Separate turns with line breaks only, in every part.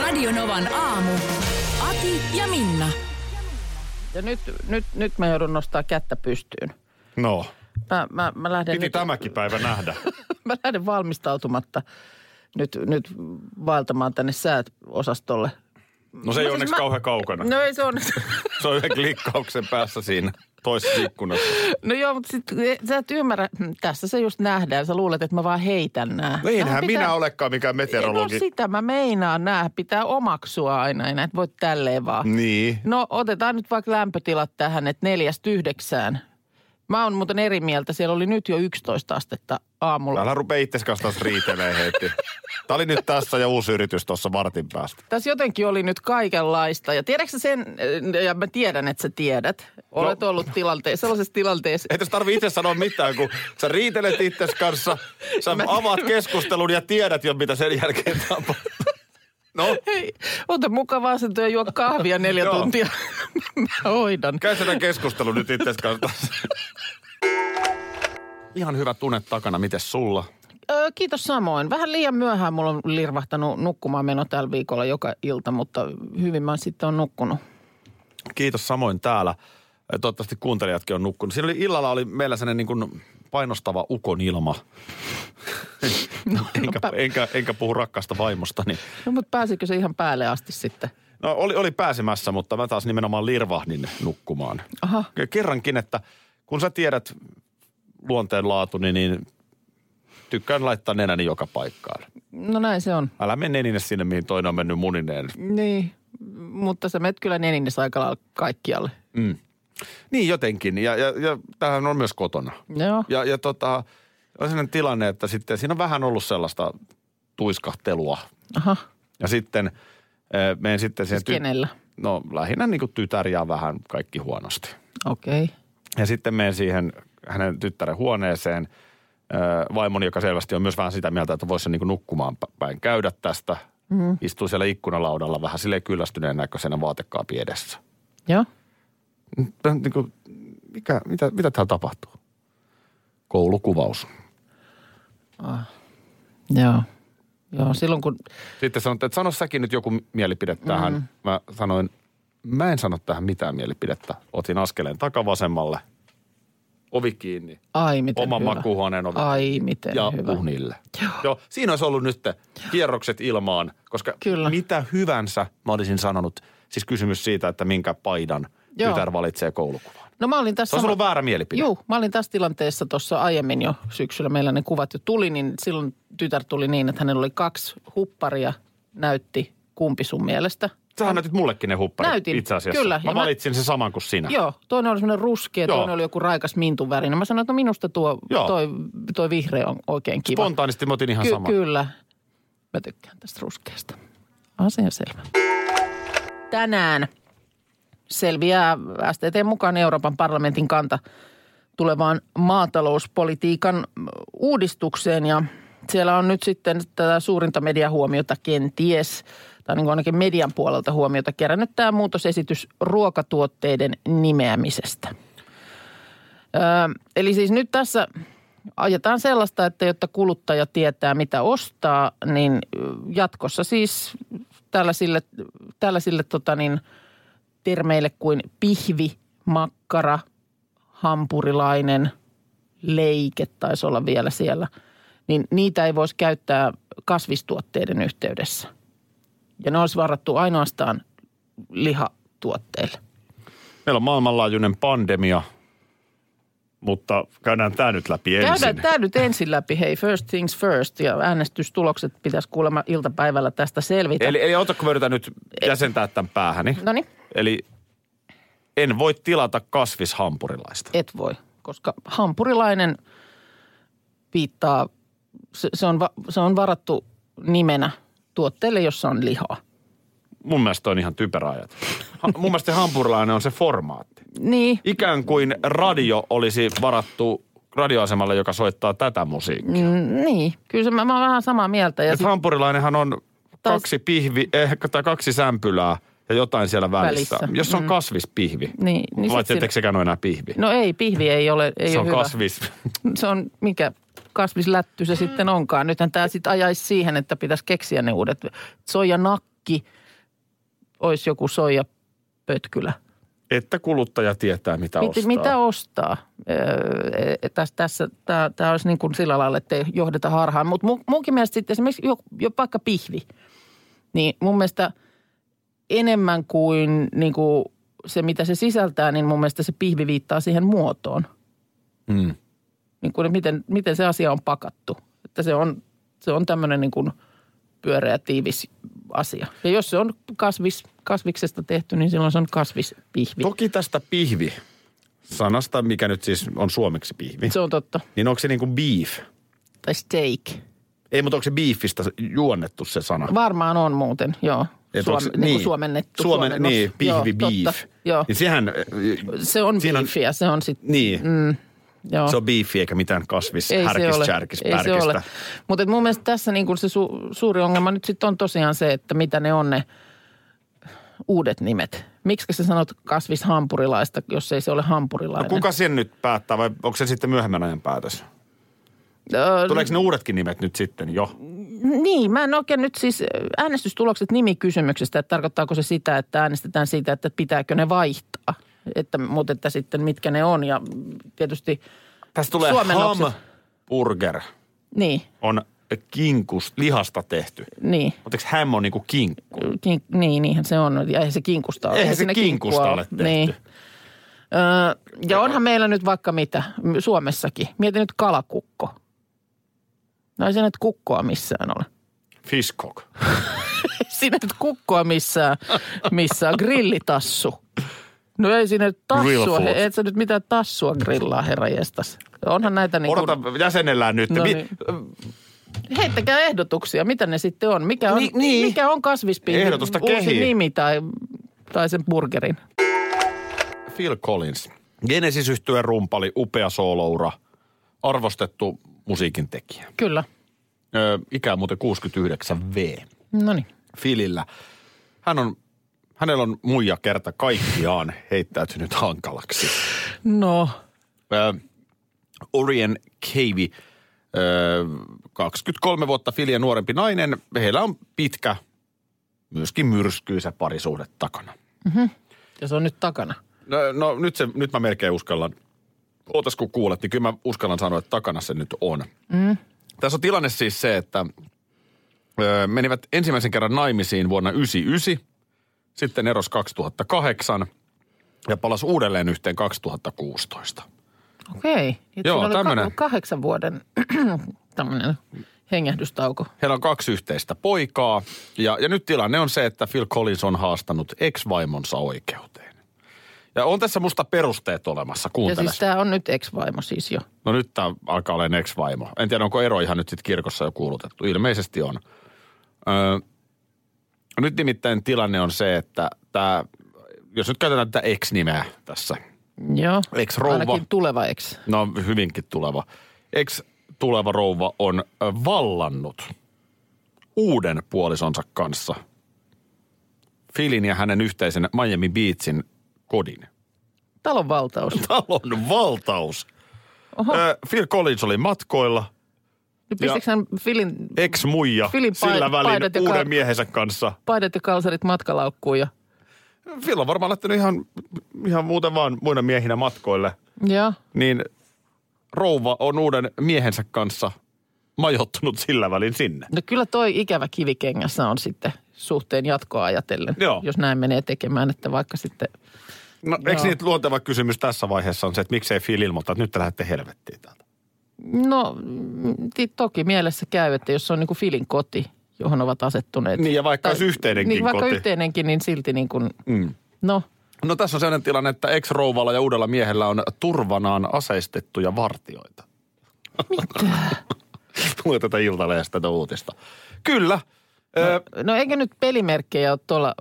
Radionovan aamu. Ati ja Minna.
Ja nyt, nyt, nyt mä joudun nostaa kättä pystyyn.
No,
Mä, mä, mä, lähden,
piti
nyt,
tämäkin päivä nähdä.
mä lähden valmistautumatta nyt, nyt vaeltamaan tänne sääosastolle.
No se ei onneksi
siis mä-
kauhean kaukana.
No ei se on.
Se on yhden klikkauksen päässä siinä toisessa ikkunassa.
No joo, mutta sit, e, sä et ymmärrä. Tässä se just nähdään. Sä luulet, että mä vaan heitän nää.
No enhän
Nää
pitää... minä olekaan mikään meteorologi.
No sitä mä meinaan. Nää pitää omaksua aina. Ei näitä voi tälleen vaan.
Niin.
No otetaan nyt vaikka lämpötilat tähän, että neljästä yhdeksään. Mä oon muuten eri mieltä. Siellä oli nyt jo 11 astetta aamulla.
Älä rupea itses kanssa taas riitelee heti. Tää oli nyt tässä ja uusi yritys tuossa vartin päästä.
Tässä jotenkin oli nyt kaikenlaista. Ja tiedätkö sä sen, äh, ja mä tiedän, että sä tiedät. Olet
No.
ollut tilanteessa, sellaisessa tilanteessa.
Ei tässä tarvi itse sanoa mitään, kun sä riitelet itses kanssa, sä avaat keskustelun ja tiedät jo, mitä sen jälkeen tapahtuu. No,
Hei, ota mukava asento ja juo kahvia neljä
Joo.
tuntia. mä hoidan.
käy sitä keskustelu nyt itses kanssa. Ihan hyvä tunne takana, mites sulla?
Ö, kiitos samoin. Vähän liian myöhään mulla on lirvahtanut nukkumaan meno tällä viikolla joka ilta, mutta hyvin mä sitten on nukkunut.
Kiitos samoin täällä. Toivottavasti kuuntelijatkin on nukkunut. Siinä oli illalla oli meillä sellainen niin kuin painostava ukon ilma. enkä, enkä, enkä, puhu rakkaasta vaimostani.
No mutta pääsikö se ihan päälle asti sitten?
No oli, oli pääsemässä, mutta mä taas nimenomaan lirvahdin nukkumaan.
Aha.
Kerrankin, että kun sä tiedät luonteenlaatuni, niin tykkään laittaa nenäni joka paikkaan.
No näin se on.
Älä mene nenine sinne, mihin toinen on mennyt munineen.
Niin, mutta sä menet kyllä neninnes aika lailla kaikkialle.
Niin jotenkin, ja, ja, ja tämähän on myös kotona.
Joo.
Ja, ja tota, on sellainen tilanne, että sitten siinä on vähän ollut sellaista tuiskahtelua.
Aha,
Ja sitten eh, menen sitten siihen...
siis kenellä?
no lähinnä niin kuin tytär ja vähän kaikki huonosti.
Okei. Okay.
Ja sitten menen siihen hänen tyttären huoneeseen. Ö, Vaimoni, joka selvästi on myös vähän sitä mieltä, että voisi niin nukkumaan pä- päin käydä tästä.
Mm-hmm.
Mm. Istuu siellä ikkunalaudalla vähän sille kyllästyneen näköisenä vaatekaapin edessä.
Joo.
Tää on Niin kuin, mikä, mitä, mitä täällä tapahtuu? Koulukuvaus.
Joo. Joo, silloin kun...
Sitten sanotte, että sano säkin nyt joku mielipide tähän.
Mm-hmm.
Mm. Mä sanoin, mä en sano tähän mitään mielipidettä. Otin askeleen takavasemmalle, ovi kiinni,
Ai, miten
oman
hyvä.
makuuhuoneen ovi
Ai, miten
ja
hyvä.
unille. Joo. Joo, siinä olisi ollut nyt kierrokset ilmaan, koska
Kyllä.
mitä hyvänsä mä olisin sanonut. Siis kysymys siitä, että minkä paidan
Joo.
Joo. tytär valitsee koulukuvaan.
No mä olin
Se
tässä...
olisi ollut väärä mielipide.
Juu, mä olin tässä tilanteessa tuossa aiemmin jo syksyllä. Meillä ne kuvat jo tuli, niin silloin tytär tuli niin, että hänellä oli kaksi hupparia, näytti kumpi sun mielestä.
Sähän näytit mullekin ne hupparit
Näytin,
itse asiassa.
kyllä.
Mä
Ja mä-
valitsin sen saman kuin sinä.
Joo, toinen oli semmoinen ruskea,
Joo.
toinen oli joku raikas mintun värinen. Mä sanoin, että no minusta tuo,
Joo.
toi, toi vihreä on oikein kiva.
Spontaanisti mä otin ihan
Ky-
saman.
kyllä. Mä tykkään tästä ruskeasta. Asia selvä. Tänään selviää STT mukaan Euroopan parlamentin kanta tulevaan maatalouspolitiikan uudistukseen ja siellä on nyt sitten tätä suurinta mediahuomiota kenties, tai niin kuin ainakin median puolelta huomiota kerännyt tämä muutosesitys ruokatuotteiden nimeämisestä. Öö, eli siis nyt tässä ajetaan sellaista, että jotta kuluttaja tietää mitä ostaa, niin jatkossa siis tällaisille, tällaisille tota niin, termeille kuin pihvi, makkara, hampurilainen, leike taisi olla vielä siellä, niin niitä ei voisi käyttää kasvistuotteiden yhteydessä. Ja ne olisi varattu ainoastaan lihatuotteille.
Meillä on maailmanlaajuinen pandemia, mutta käydään tämä nyt läpi
Käydään tämä nyt ensin läpi. Hei, first things first. Ja äänestystulokset pitäisi kuulemma iltapäivällä tästä selvitä.
Eli, eli otatko mä yritän nyt jäsentää tämän päähäni?
No niin,
Eli en voi tilata kasvishampurilaista.
et voi, koska hampurilainen viittaa, se, se, on, va- se on varattu nimenä tuotteelle, jossa on lihaa.
Mun mielestä toi on ihan typerä ajatus. Ha, mun mielestä se hampurilainen on se formaatti.
Niin,
Ikään kuin radio olisi varattu radioasemalle, joka soittaa tätä musiikkia. Mm,
mm, niin. Kyllä se, mä, mä oon vähän samaa mieltä. Ja
Et
sit
hampurilainenhan on
Tai-
kaksi pihvi, ehkä, tai kaksi sämpylää ja jotain siellä välissä.
Välissä,
välissä. Jos on mm. kasvispihvi,
Niin, niin
vai
sit siinä-
etteikö sekään ole enää pihvi?
No ei, pihvi ei ole, ei
se
ole
on
hyvä.
kasvis.
Se on mikä kasvislätty se sitten onkaan. Nythän tämä sitten ajaisi siihen, että pitäisi keksiä ne uudet. Soijanakki olisi joku soijapötkylä.
Että kuluttaja tietää, mitä
Mit,
ostaa.
Mitä ostaa? Öö, e- tässä, tässä tämä, tämä olisi niin kuin sillä lailla, että ei johdeta harhaan. Mutta mun, munkin mielestä sitten esimerkiksi jo, jo vaikka pihvi, niin mun mielestä enemmän kuin, niin kuin se, mitä se sisältää, niin mun mielestä se pihvi viittaa siihen muotoon.
Mm.
Niin kuin, että miten, miten se asia on pakattu. Että se on, se on tämmöinen niin kuin pyöreä, tiivis asia. Ja jos se on kasvis, kasviksesta tehty, niin silloin se on kasvispihvi.
Toki tästä pihvi, sanasta, mikä nyt siis on suomeksi pihvi,
Se on totta.
niin onko se niin kuin beef?
Tai steak.
Ei, mutta onko se beefistä juonnettu se sana?
Varmaan on muuten, joo.
Et
Suom,
onks-
niin. Niin suomennettu.
Suomen,
suomennos.
niin, pihvi,
joo,
beef.
Totta, joo.
Niin sehän,
Se on
siinä on-
beefiä, se on sitten,
niin,
joo.
se on beefi eikä mitään kasvis, härkis, chärkis,
ei se Mm. ole.
pärkistä.
Mutta mun mielestä tässä niin kun se su, suuri ongelma nyt sitten on tosiaan se, että mitä ne on ne uudet nimet. Miksi sä sanot kasvishampurilaista, jos ei se ole hampurilainen?
No Kuka sen nyt päättää vai onko se sitten myöhemmän ajan päätös?
Öö,
Tuleeko ne uudetkin nimet nyt sitten jo?
Niin, mä en oikein nyt siis äh, äänestystulokset nimikysymyksestä, että tarkoittaako se sitä, että äänestetään siitä, että pitääkö ne vaihtaa. Että, mutta että sitten mitkä ne on ja mm, tietysti,
Tässä tulee
Suomennokset.
hamburger
niin,
on kinkus, lihasta tehty.
niin,
Mutta eikö häm on niinku kinkku?
kink, niin, niinhän se on. Ja eihän se kinkusta ole.
Eihän se
siinä kinkkua
kinkusta ole tehty.
Niin. Öö, ja onhan meillä nyt vaikka mitä, m- Suomessakin. Mieti nyt kalakukko. No ei se nyt kukkoa missään ole.
Fishcock.
sinä et kukkoa missään, missään. Grillitassu. No ei sinne
Grill
tassua,
food.
he, et sä nyt mitään tassua grillaa, herra jestas. Onhan näitä niin kuin,
Odota, jäsenellään nyt.
No
No niin.
niin. heittäkää ehdotuksia, mitä ne sitten on. Mikä on,
Niin, niin.
mikä on kasvispiin
Ehdotusta
uusi
kehiin.
nimi tai, tai sen burgerin.
Phil Collins. genesis yhtyeen rumpali, upea sooloura, arvostettu musiikin tekijä.
Kyllä.
Ö, ikä on muuten 69V
No niin.
Philillä. Hän on, hänellä on muija kerta kaikkiaan heittäytynyt hankalaksi.
No,
Ö, Orien Cavey, ö, 23 äh, vuotta Philiä nuorempi nainen. Heillä on pitkä, myöskin myrskyisä parisuhde takana.
ja se on nyt takana.
No, no nyt, se, nyt mä melkein uskallan. Ootas kun kuulet, niin kyllä mä uskallan sanoa, että takana se nyt on. Mm. Tässä on tilanne siis se, että ö, menivät ensimmäisen kerran naimisiin vuonna 1999, sitten eros 2008 ja palas uudelleen yhteen 2016.
Okei. Okay.
Joo,
oli
tämmönen.
ka- kahdeksan vuoden tämmöinen hengähdystauko.
Heillä on kaksi yhteistä poikaa ja, ja nyt tilanne on se, että Phil Collins on haastanut ex-vaimonsa oikeuteen. Ja on tässä musta perusteet olemassa,
Ja
kuuntele.
siis tämä on nyt ex-vaimo siis jo.
No nyt tämä alkaa olemaan ex-vaimo. En tiedä, onko ero ihan nyt sitten kirkossa jo kuulutettu. Ilmeisesti on. Öö, nyt nimittäin tilanne on se, että tämä, jos nyt käytetään tätä ex-nimeä tässä.
Joo.
Ex-rouva.
Ainakin tuleva ex.
No hyvinkin tuleva. Ex-tuleva rouva on ö, vallannut uuden puolisonsa kanssa Filin ja hänen yhteisen Miami Beachin kodin.
Talon valtaus.
Talon valtaus.
Oho.
Ö, Phil Collins oli matkoilla –
Nyt pistikö Niin hän Filin
ex-muija
Filin pai-
sillä välin
paidat ja
uuden
kar-
miehensä kanssa.
paidat ja kalsarit matkalaukkuun ja...
Phil on varmaan lähtenyt ihan, ihan muuten vaan muina miehinä matkoille.
Ja,
Niin rouva on uuden miehensä kanssa majoittunut sillä välin sinne.
no kyllä toi ikävä kivikengässä on sitten suhteen jatkoa ajatellen,
Joo.
jos näin menee tekemään, että vaikka sitten...
No eikö niitä luonteva kysymys tässä vaiheessa on se, että miksei Phil ilmoittaa, että nyt te lähdette helvettiin täältä.
No mm, ti- toki mielessä käy, että jos se on niin kuin Filin koti, johon ovat asettuneet.
Niin, ja vaikka olisi yhteinenkin
niin, vaikka
koti.
yhteinenkin, niin silti niin kuin, mm. no
No tässä on sellainen tilanne, että ex-rouvalla ja uudella miehellä on turvanaan aseistettuja vartioita. Mitä? Tulee tätä iltaleestä tätä uutista. Kyllä. Öö,
No eikä nyt pelimerkkejä ole tuolla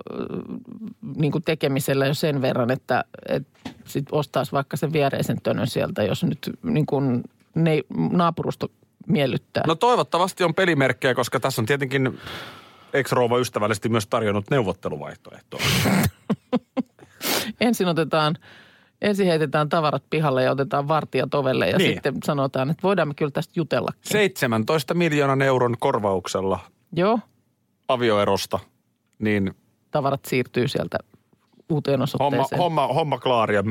niin tekemisellä jo sen verran, että, että sit ostaisi vaikka sen viereisen tönön sieltä, jos nyt niin kuin ne, naapurusto miellyttää.
No toivottavasti on pelimerkkejä, koska tässä on tietenkin ex-rouva ystävällisesti myös tarjonnut neuvotteluvaihtoehtoa.
Ensin otetaan, ensin heitetään tavarat pihalle ja otetaan vartijat ovelle ja
Niin.
sitten sanotaan, että voidaan me kyllä tästä jutella.
17 miljoonan euron korvauksella
Joo,
avioerosta, niin
tavarat siirtyy sieltä uuteen
homma,
osoitteeseen.
homma, homma klaaria.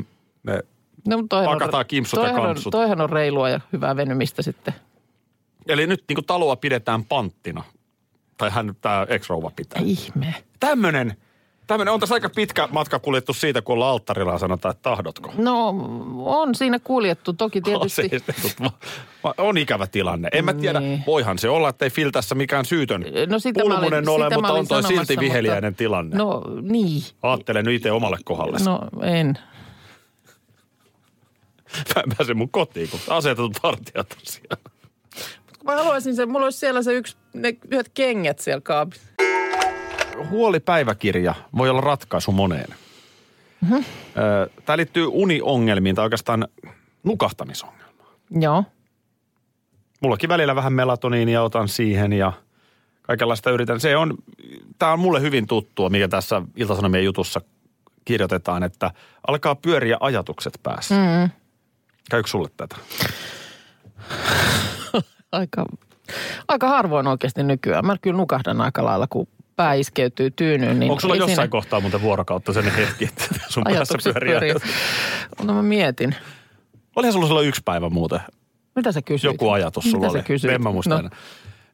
Me
no, mutta toihan on-
pakataan kimpsut ja
toihan on-
kampsut.
Toihan on reilua ja hyvää venymistä sitten.
Eli nyt niin kuin taloa pidetään panttina. Tai hän, tämä ex-rouva pitää.
Ihme.
Tämmönen, tämmönen, on tässä aika pitkä matka kuljettu siitä, kun ollaan alttarilla ja sanotaan, että tahdotko.
No on siinä kuljettu toki tietysti.
Aseistetut va- va- On ikävä tilanne. En mä tiedä,
Niin.
voihan se olla, ettei Filtässä mikään syytön
No sitä mä olin,
pulmunen
sitä
ole,
mä
mutta
olin
on toi
sanomassa,
silti viheliäinen
mutta...
tilanne.
No niin.
Aattelen nyt itse omalle kohdalle. No.
No en.
Mä en pääse mun kotiin, kun asetetut vartijat on siellä.
Mä haluaisin sen, mulla olisi siellä se yksi, ne yhdet kengät siellä kaapissa.
Huolipäiväkirja voi olla ratkaisu moneen.
Mhm.
Mm-hmm. Tämä liittyy uniongelmiin tai oikeastaan nukahtamisongelmiin.
Joo.
mullakin välillä vähän melatoniinia otan siihen ja kaikenlaista yritän. Se on, tämä on mulle hyvin tuttua, mikä tässä Iltasanomien jutussa kirjoitetaan, että alkaa pyöriä ajatukset päässä. Mm. Käykö sulle tätä?
Aika, aika harvoin oikeasti nykyään. Mä kyllä nukahdan aika lailla, kun pää iskeytyy tyynyyn. Niin
Onko sulla
ei
jossain
siinä
kohtaa muuten vuorokautta sen hetki, että sun päässä
ajatukset
pyörii
pyörii?
ajatukset?
No mä mietin.
Olihan sulla silloin yksi päivä muuten,
Mitä sä kysyit?
joku ajatus sulla
Mitä
oli.
Sä kysyit?
En mä muista no. enää.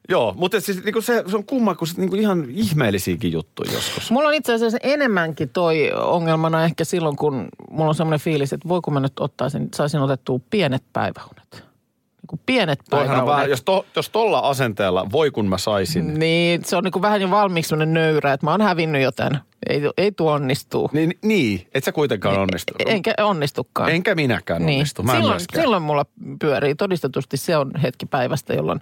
Joo, mutta siis, niin se, se on kumma, kun se, niin ihan ihmeellisiäkin juttuja joskus.
Mulla on itse asiassa enemmänkin toi ongelmana ehkä silloin, kun mulla on semmoinen fiilis, että voiko mä nyt ottaisin, saisin otettua pienet päiväunet. Niin kuin pienet
Toihan on vähän,
päiväunet.
jos, to, jos tolla asenteella, voi kun mä saisin,
Niin, se on niin kuin vähän jo valmiiksi semmoinen nöyrä, että mä oon hävinnyt jotain. Ei, ei tuo onnistuu.
Niin, niin, et sä kuitenkaan onnistu.
Enkä onnistukaan.
Enkä minäkään niin. onnistu. Mä en
silloin,
myöskään.
silloin mulla pyörii. Todistetusti se on hetki päivästä, jolloin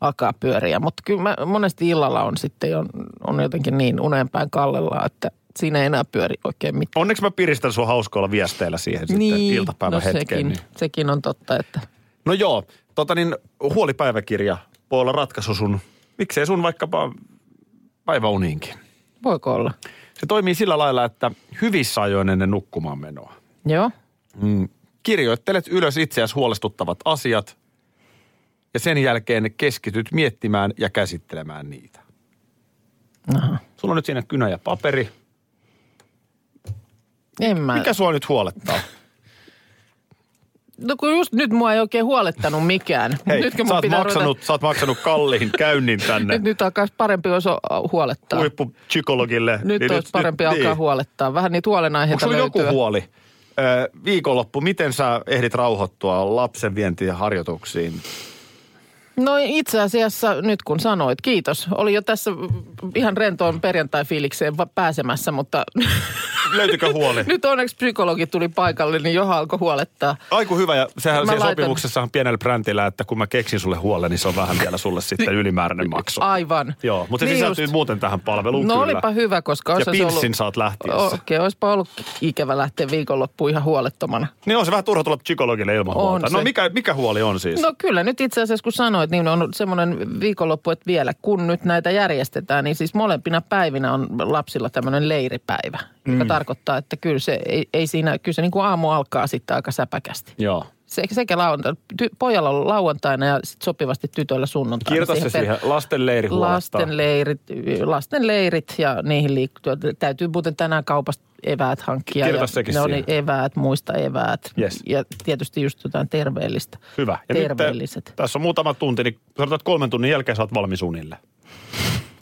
alkaa pyöriä. Mutta kyllä mä, monesti illalla on sitten jo, on jotenkin niin unenpäin kallella, että siinä ei enää pyöri oikein mitään.
Onneksi mä piristän sua hauskoilla viesteillä siihen sitten iltapäivän
no
hetkeen.
sekin,
Niin.
sekin on totta, että
No joo, tota niin, huolipäiväkirja voi olla ratkaisu sun, miksei sun vaikkapa päiväuniinkin.
voiko olla.
Se toimii sillä lailla, että hyvissä ajoin ennen nukkumaan menoa.
Joo,
Mm. Kirjoittelet ylös itseäsi huolestuttavat asiat ja sen jälkeen keskityt miettimään ja käsittelemään niitä.
Aha.
Sulla on nyt siinä kynä ja paperi.
en mä.
Mikä sua nyt huolettaa?
No kun just nyt mua ei oikein huolettanut mikään. Mut
Hei,
Nytkö mun
sä oot,
pitää
maksanut,
Ruveta,
sä oot maksanut kalliin käynnin tänne
nyt, nyt alkaa parempi, jos on- huolettaa.
huippupsykologille.
Nyt niin, olisi parempi alkaa niin. huolettaa. Vähän niitä
Onko
huolenaiheita
sulla joku
löytyy.
huoli? Ö, viikonloppu, miten sä ehdit rauhoittua lapsen vientiin harjoituksiin?
No itse asiassa nyt kun sanoit, kiitos. Oli jo tässä ihan rentoon perjantai-fiilikseen va- pääsemässä, mutta
Löytyykö huoli?
nyt onneksi psykologi tuli paikalle, niin johan alkoi huolettaa.
Aiku hyvä, ja sehän
Mä
siellä
laitan-
sopimuksessahan pienellä brändillä, että kun mä keksin sulle huolen, niin se on vähän vielä sulle sitten ylimääräinen maksu.
Aivan.
Joo, mutta se
Niin
sisältyy
just.
muuten tähän palveluun
No
kyllä.
olipa hyvä, koska
Ja
olisi
pilssin
ollut...
saat lähtiessä.
Okei, okay, olisipa ollut ikävä lähteä viikonloppuun ihan huolettomana.
Niin on se vähän turha tulla psykologille ilman
On
huolta. No
se.
mikä, mikä huoli on siis?
No kyllä, nyt itse asiassa kun sanoit, niin on semmoinen viikonloppu, että vielä kun nyt näitä järjestetään, niin siis molempina päivinä on lapsilla tämmöinen leiripäivä, mm. joka tarkoittaa, että kyllä se, ei, ei siinä, kyllä se niin kuin aamu alkaa sitten aika säpäkästi.
Joo.
Se, sekä lauantaina, ty, pojalla on lauantaina ja sit sopivasti tytöllä sunnuntaina.
Kirjoita se
per-
siihen lasten leiri
Lasten leirit, lasten leirit ja niihin liikkuu. Täytyy muuten tänään kaupasta eväät hankkia.
Kirjoita
ja
sekin
Ne on
siihen.
eväät, muista eväät.
Yes.
Ja tietysti just jotain terveellistä.
Hyvä. Ja
Terveelliset.
Nyt, äh, tässä on muutama tunti, niin sanotaan, että kolmen tunnin jälkeen sä oot valmis unille.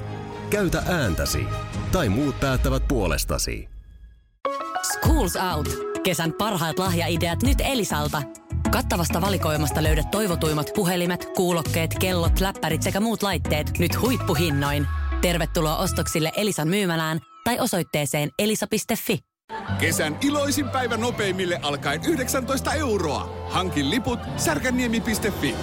E Käytä ääntäsi. Tai muut päättävät puolestasi.
Schools Out. Kesän parhaat lahjaideat nyt Elisalta. Kattavasta valikoimasta löydät toivotuimmat puhelimet, kuulokkeet, kellot, läppärit sekä muut laitteet nyt huippuhinnoin. Tervetuloa ostoksille Elisan myymälään tai osoitteeseen elisa.fi.
Kesän iloisin päivä nopeimille alkaen 19 euroa. Hankin liput särkänniemi.fi.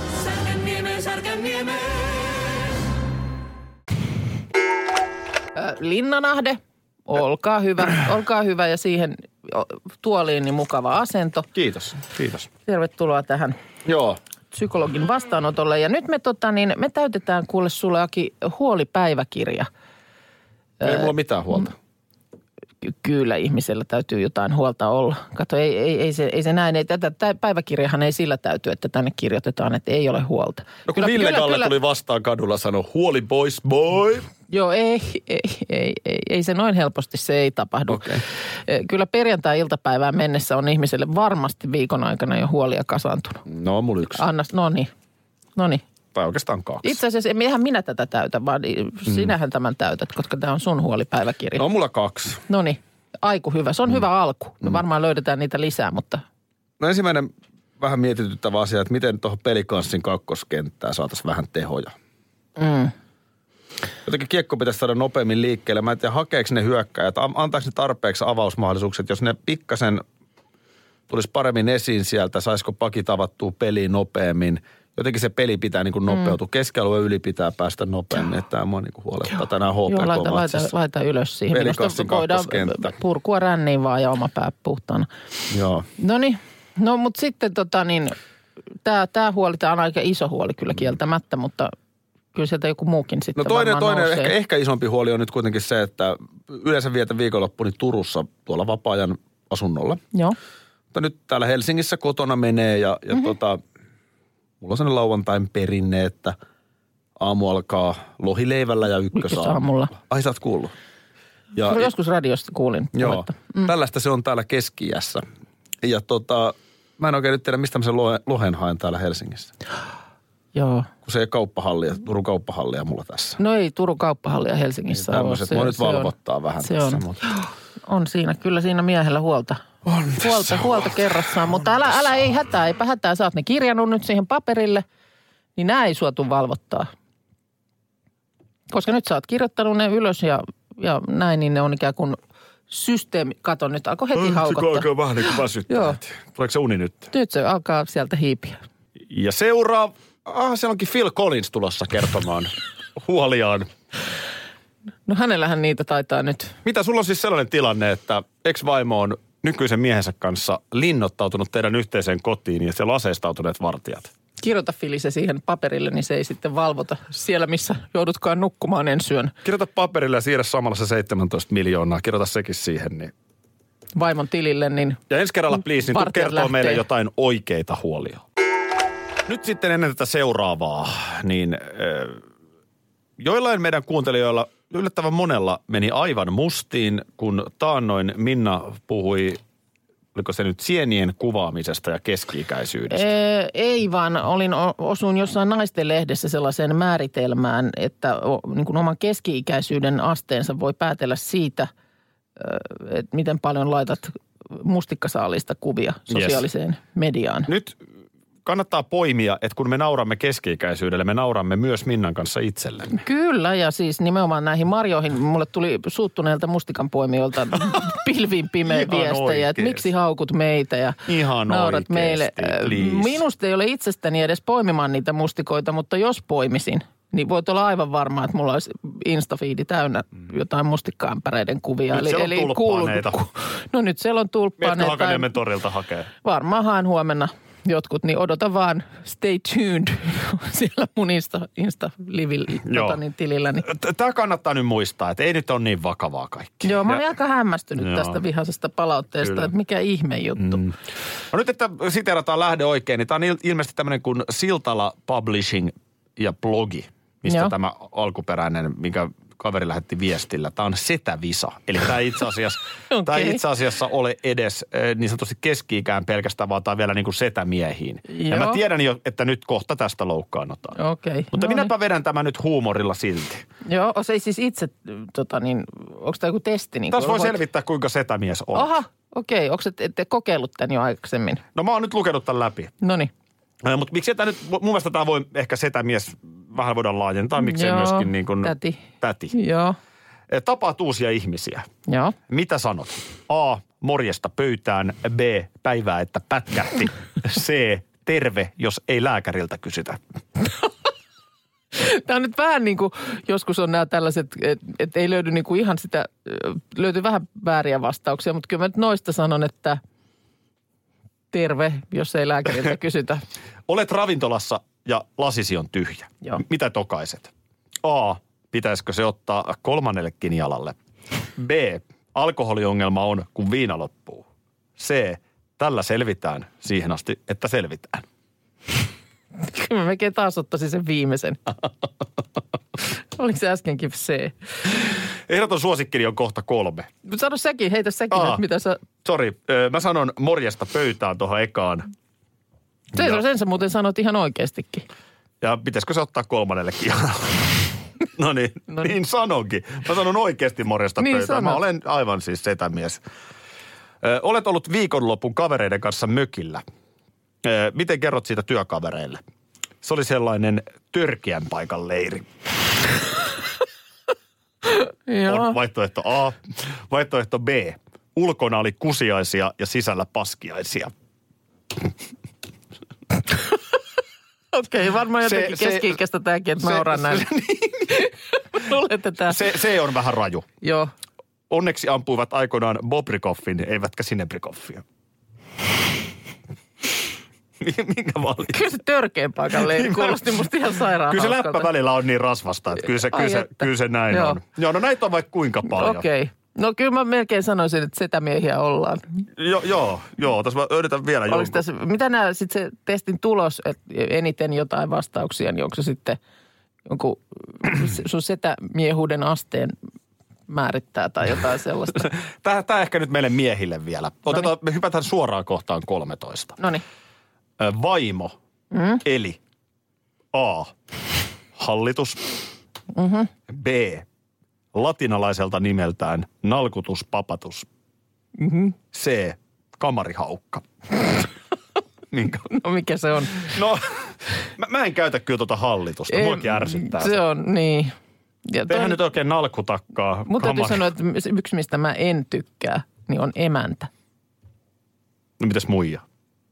Ö, Linnanahde, olkaa hyvä, olkaa hyvä ja siihen o, tuoliin niin mukava asento.
Kiitos, kiitos.
Tervetuloa tähän
Joo,
psykologin vastaanotolle. Ja nyt me, tota, niin, me täytetään kuule sulle Aki huolipäiväkirja.
ei mulla mitään huolta.
Ky- Kyllä ihmisellä täytyy jotain huolta olla. Kato, ei, ei, ei, se, ei se näin. Ei, tätä, tämä päiväkirjahan ei sillä täytyy, että tänne kirjoitetaan, että ei ole huolta.
No kun Ville Kalle tuli vastaan kadulla sanoi, huoli pois, boy.
Joo, ei, ei, ei, ei, ei se noin helposti, se ei tapahdu.
Okei.
Eh, Kyllä perjantai-iltapäivään mennessä on ihmiselle varmasti viikon aikana jo huolia kasaantunut.
No, mulla yksi.
Anna, no niin, no niin.
Tai oikeastaan kaksi.
Itse asiassa em- eihän minä tätä täytä, vaan i- sinähän tämän täytät, koska tämä on sun huolipäiväkirja.
No, Mm. mulla kaksi.
No niin, aiku hyvä. Se on hyvä alku. No varmaan löydetään niitä lisää, mutta
No ensimmäinen vähän mietityttävä asia, että miten tuohon pelikanssin kakkoskenttään saataisiin vähän tehoja.
mm.
Jotenkin kiekko pitäisi saada nopeammin liikkeelle. Mä en tiedä, hakeeko ne hyökkäjät, an- antaako ne tarpeeksi avausmahdollisuuksia. että Jos ne pikkasen tulisi paremmin esiin sieltä, saisiko pakit avattua peliin nopeammin. Jotenkin se peli pitää niin kuin nopeutua. Mm. Keskialueen yli pitää päästä nopeammin. Että tämä mua niin kuin huolettaa tänään
Joo, laita, laita,
HPK-matsissa.
laita ylös siihen. Minusta
Pelikassin
voidaan
kakkoskenttä.
purkua ränniin vaan ja oma pää puhtaana.
Joo.
No niin, no mutta sitten tota niin, tämä tää huoli, tämä on aika iso huoli kyllä kieltämättä, mutta kyllä sieltä joku muukin sitten
Mm. No toinen,
varmaan
toinen
nousee.
ehkä, ehkä isompi huoli on nyt kuitenkin se, että yleensä vietän viikonloppuni Turussa tuolla vapaa-ajan asunnolla.
Joo,
Mutta nyt täällä Helsingissä kotona menee ja,
Mhm.
ja mm-hmm. tota, mulla on sellainen lauantain perinne, että aamu alkaa lohileivällä ja
Ykkösaamulla.
ykkösaamulla. Ai sä oot kuullut. Ja,
Kyllä joskus radiosta kuulin.
Joo,
puhetta.
mm. tällaista se on täällä keski Ja tota, mä en oikein nyt tiedä, mistä mä sen lohe- lohen haen täällä Helsingissä.
Joo.
Kun se ei ole kauppahallia, Turun kauppahallia mulla tässä.
No ei Turun kauppahalli ja Helsingissä ole.
Tämmöiset mua nyt
on-
valvottaa vähän
se
tässä,
on.
mutta...
On siinä, kyllä siinä miehellä huolta.
On
Huolta, huolta kerrassaan, mutta älä, älä ei hätää, eipä hätää. Sä oot ne kirjannut nyt siihen paperille, niin nämä ei suotu valvottaa. Koska nyt sä oot kirjoittanut ne ylös ja, ja näin, niin ne on ikään kuin systeemi. Kato, nyt alkoi heti haukottaa.
vähän niin kuin väsyttää.
Joo.
Tuleeko se uni nyt?
Nyt se alkaa sieltä hiipiä.
Ja seuraa... Ah, siellä onkin Phil Collins tulossa kertomaan huoliaan.
No hänellähän niitä taitaa nyt.
Mitä sulla on siis sellainen tilanne, että ex-vaimo on nykyisen miehensä kanssa linnoittautunut teidän yhteiseen kotiin ja siellä on aseistautuneet vartijat?
Kirjoita Filise siihen paperille, niin se ei sitten valvota. Siellä, missä joudutkaan nukkumaan, en syön.
Kirjoita paperille ja siirrä samalla se 17 miljoonaa. Kirjoita sekin siihen. Niin.
vaimon tilille, niin
Ja ensi kerralla, please, niin tuu
Vartijat
kertoo
lähtee.
meille jotain oikeita huolia. Nyt sitten ennen tätä seuraavaa, niin äh, joillain meidän kuuntelijoilla yllättävän monella meni aivan mustiin, kun taannoin Minna puhui, oliko se nyt sienien kuvaamisesta ja keski-ikäisyydestä.
Ee, ei vaan, olin, o- osuin jossain naisten lehdessä sellaiseen määritelmään, että o, niin kuin oman keski-ikäisyyden asteensa voi päätellä siitä, ö, että miten paljon laitat mustikkasaalista kuvia sosiaaliseen yes. mediaan.
Nyt kannattaa poimia, että kun me nauramme keski-ikäisyydelle, me nauramme myös Minnan kanssa itsellemme.
Kyllä, ja siis nimenomaan näihin marjoihin. Mulle tuli suuttuneelta mustikanpoimijoilta pilvin pimeä
Ihan
viestejä, että
oikeesti.
miksi haukut meitä ja
Ihan
naurat
oikeesti,
meille.
please.
Minusta ei ole itsestäni edes poimimaan niitä mustikoita, mutta jos poimisin, niin voit olla aivan varma, että mulla olisi instafiidi täynnä jotain mustikkaämpäreiden kuvia.
Mm. Nyt siellä on tulppaaneita.
no nyt siellä on
Mietkö
tulppaaneita.
Hakaniemen torilta hakee?
Varmaan haen huomenna jotkut, niin odota vaan stay tuned siellä mun Insta, Insta Livillä,
Joo.
tota niin, tilillä. Niin.
Tämä kannattaa nyt muistaa, että ei nyt ole niin vakavaa kaikki.
Joo, mä olin
Ja-
aika hämmästynyt
Joo.
tästä vihaisesta palautteesta,
Kyllä.
että mikä ihme juttu. Mm.
No nyt, että siteerataan lähde oikein, niin tämä on il- ilmeisesti tämmöinen kuin Siltala Publishing ja blogi, mistä
Joo.
tämä alkuperäinen, minkä kaveri lähetti viestillä. Tämä on setävisa. Eli tämä ei itse asiassa, okay. tämä ei
Okei.
itse asiassa ole edes eh, niin sanotusti keski-ikään pelkästään, vaan tämä on vielä niin kuin setämiehiin. Ja mä
Joo.
tiedän jo, että nyt kohta tästä loukkaannutaan.
Okei.
Mutta
No niin.
minäpä vedän tämän nyt huumorilla silti.
Joo, o, se ei siis itse, tota niin, onko tämä joku testi? Niin
Tässä
kun
voi
voit-
selvittää, kuinka setämies on.
Aha, okei. Onko te, te kokeillut tämän jo aikaisemmin?
No mä oon nyt lukenut tämän läpi.
No niin.
Äh, Mutta miksi tämä nyt, mun mielestä tämä voi ehkä setämies vähän voidaan laajentaa, miksei
Joo,
myöskin niin kuin
täti.
täti.
Joo.
Eh, Tapaat uusia ihmisiä.
Joo.
Mitä sanot? A. Morjesta pöytään. B. Päivää, että pätkähti. C. Terve, jos ei lääkäriltä kysytä.
Tämä on nyt vähän niin kuin, joskus on nämä tällaiset, että et ei löydy niin kuin ihan sitä, ö, löytyy vähän vääriä vastauksia, mutta kyllä mä nyt noista sanon, että terve, jos ei lääkäriltä kysytä.
Olet ravintolassa ja lasisi on tyhjä.
Joo.
M- Mitä tokaiset? A. Pitäisikö se ottaa kolmannellekin jalalle? B. Alkoholiongelma on, kun viina loppuu. C. Tällä selvitään siihen asti, että selvitään.
Kyllä mä melkein taas ottaisin sen viimeisen. Oliko se äskenkin se?
Ehdoton suosikkini on kohta kolme.
Mut Sano säkin, heitä säkin
Aa.
nyt, mitä sä...
Sori, ö, mä sanon morjesta pöytään tuohon ekaan.
Sen,
Joo.
sen sä muuten sanot ihan oikeastikin.
Ja pitäisikö se ottaa kolmannellekin jalalle? No niin,
No niin.
niin sanonkin. Mä sanon oikeasti morjesta
Niin
pöytään. Mä
sanot.
olen aivan siis setämies. Ö, olet ollut viikonlopun kavereiden kanssa mökillä. Ö, miten kerrot siitä työkavereille? Se oli sellainen törkeän paikan leiri.
Joo.
On vaihtoehto A. Vaihtoehto B. Ulkona oli kusiaisia ja sisällä paskiaisia.
Okei, varmaan
Se-
jotenkin
se-
keski-ikäistä tämäkin, että
se- Niin,
nauraa näin. Luulen, että tää...
Se, se on vähän raju.
Joo.
Onneksi ampuivat aikoinaan Bobrikoffin, eivätkä Sinebrikoffia. Minkä valit?
Kyllä se törkeän paikan leiri kuulosti musta ihan sairaan
Kyllä se
hauskalta.
läppä välillä on niin rasvasta, että kyllä se,
Ai
kyllä se,
että.
kyllä se näin
Joo.
on. Joo, no näitä on vaikka kuinka paljon.
Okei. Okay. No kyllä mä melkein sanoisin, että setämiehiä ollaan.
Jo, joo, joo, tässä mä yritän vielä
Oliko
jonkun.
tässä, mitä nämä sitten se testin tulos, että eniten jotain vastauksia, niin onko se sitten jonkun sun setämiehuuden asteen määrittää tai jotain sellaista?
Tämä, tämä ehkä nyt meille miehille vielä. Otetaan, me hypätään suoraan kohtaan 13.
No niin.
Ö, Vaimo, mm? eli A, hallitus, mm-hmm. B, latinalaiselta nimeltään nalkutuspapatus, mm-hmm. C, kamarihaukka. Minkä?
No mikä se on?
No, mä, mä en käytä kyllä tuota hallitusta,
Ei,
muakin ärsyttää se.
Se on, niin. Ja
Tehän
toinen-
nyt oikein nalkutakkaa.
Mun täytyy
kamari-
sanoa, että se yksi, mistä mä en tykkää, niin on emäntä.
No mitäs muija?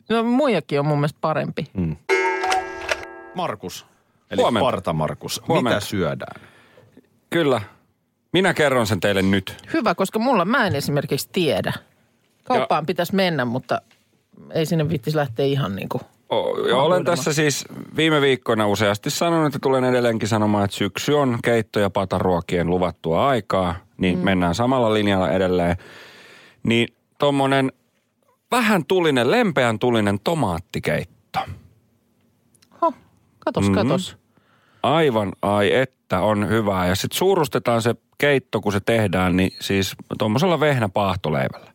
No muijakin on mun mielestä parempi.
Markus, eli
Huomenta.
Parta Markus,
Huomenta.
mitä syödään?
Kyllä. Minä kerron sen teille nyt.
Hyvä, koska mulla mä en esimerkiksi tiedä. Kauppaan pitäisi mennä, mutta ei sinne viittisi lähteä ihan niin kuin.
O- ja olen tässä siis viime viikkoina useasti sanonut, että tulen edelleenkin sanomaan, että syksy on keitto- ja pataruokien luvattua aikaa, niin mm. mennään samalla linjalla edelleen. Niin tommonen vähän tulinen, lempeän tulinen tomaattikeitto.
Huh, katos, mm-hmm. katos.
Aivan, ai että, on hyvää. Ja sitten suurustetaan se keitto, kun se tehdään, niin siis tuommoisella vehnäpaahtoleivällä.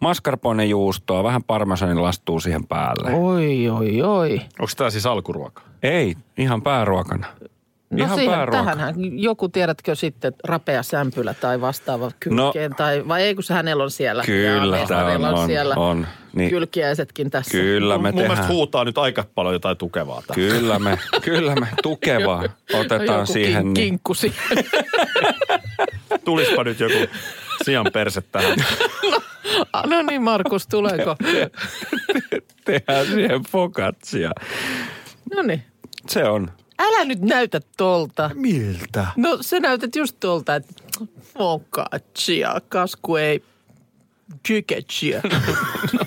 Mascarponejuustoa, vähän parmesanin lastuu siihen päälle.
Oi, oi, oi.
Onko tämä siis alkuruoka?
Ei, ihan pääruokana.
No
ihan
siihen,
pääruoka.
tähänhän joku tiedätkö sitten rapea sämpylä tai vastaava kylkeen no, tai vai ei kun se hänellä on siellä.
Kyllä,
Jaa,
tää on,
hänellä
on,
siellä
on. Niin.
Kylkiäisetkin tässä.
Kyllä me
Mun mielestä
tehdään.
huutaa nyt aika paljon jotain tukevaa. Tää.
Kyllä me, kyllä me tukevaa otetaan
joku
siihen.
Kink,
Niin.
kinkku siihen.
Tulispa nyt joku sian perse tähän.
no niin Markus, tuleeko?
Tehdään siihen fokatsia.
No niin.
Se on.
Älä nyt näytä tolta.
Miltä?
No sä näytät just tolta, että focaccia, kasku ei kykeccia.
No,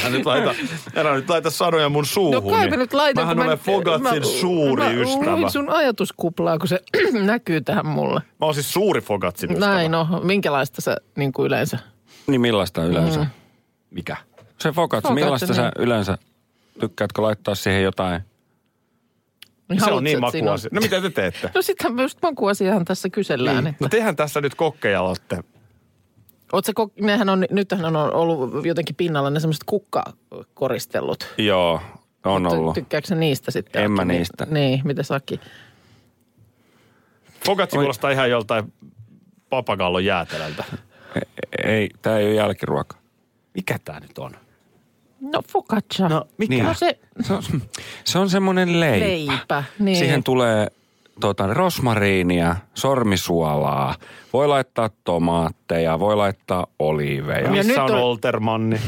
Älä nyt laita, älä nyt laita sanoja mun
No
suuhun.
kai mä nyt laitan.
niin. Mähän
kun
olen
mä-
Fogatsin
mä-
suuri
mä, Mä
ystävä.
luin sun ajatuskuplaa, kun se näkyy tähän mulle.
Mä oon siis suuri Fogatsin ystävä.
Näin, no. Minkälaista sä niin kuin yleensä?
Niin millaista yleensä? Mm.
Mikä?
Se fokatsi,
Focaccia,
millaista sä
niin.
yleensä? Tykkäätkö laittaa siihen jotain
Se
Haluatko,
on niin
että siinä
makuasia. No mitä te teette?
No sitä just makuasiahan tässä kysellään. Niin.
No tehän tässä nyt kokkeja olette.
Oletko, kok- nehän on, nythän on ollut jotenkin pinnalla ne semmoiset kukkakoristellut.
Joo, on
Ty-
ollut.
Tykkääkö sä niistä sitten?
En mä
Aki? Niin-
niistä.
Niin, mitä Saki?
Fogatsi kuulostaa ihan joltain papagallon jäätelöltä.
Ei, tää ei ole jälkiruoka.
Mikä tää nyt on?
No focaccia.
No, mikä?
No se
Se on, se on semmoinen leipä.
leipä. Niin.
Siihen tulee tota, rosmariinia, sormisuolaa, voi laittaa tomaatteja, voi laittaa oliiveja.
Ja
Missä
nyt
on
oli-
Oltermanni?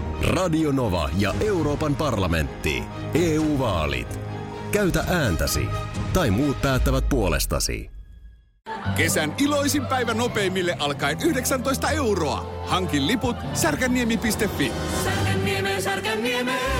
Radio Nova ja Euroopan parlamentti. EU-vaalit. Käytä ääntäsi. Tai muut päättävät puolestasi.
Kesän iloisin päivän nopeimille alkaen 19 euroa. Hankin liput särkänniemi.fi.
Sarkaniemi, Sarkaniemi.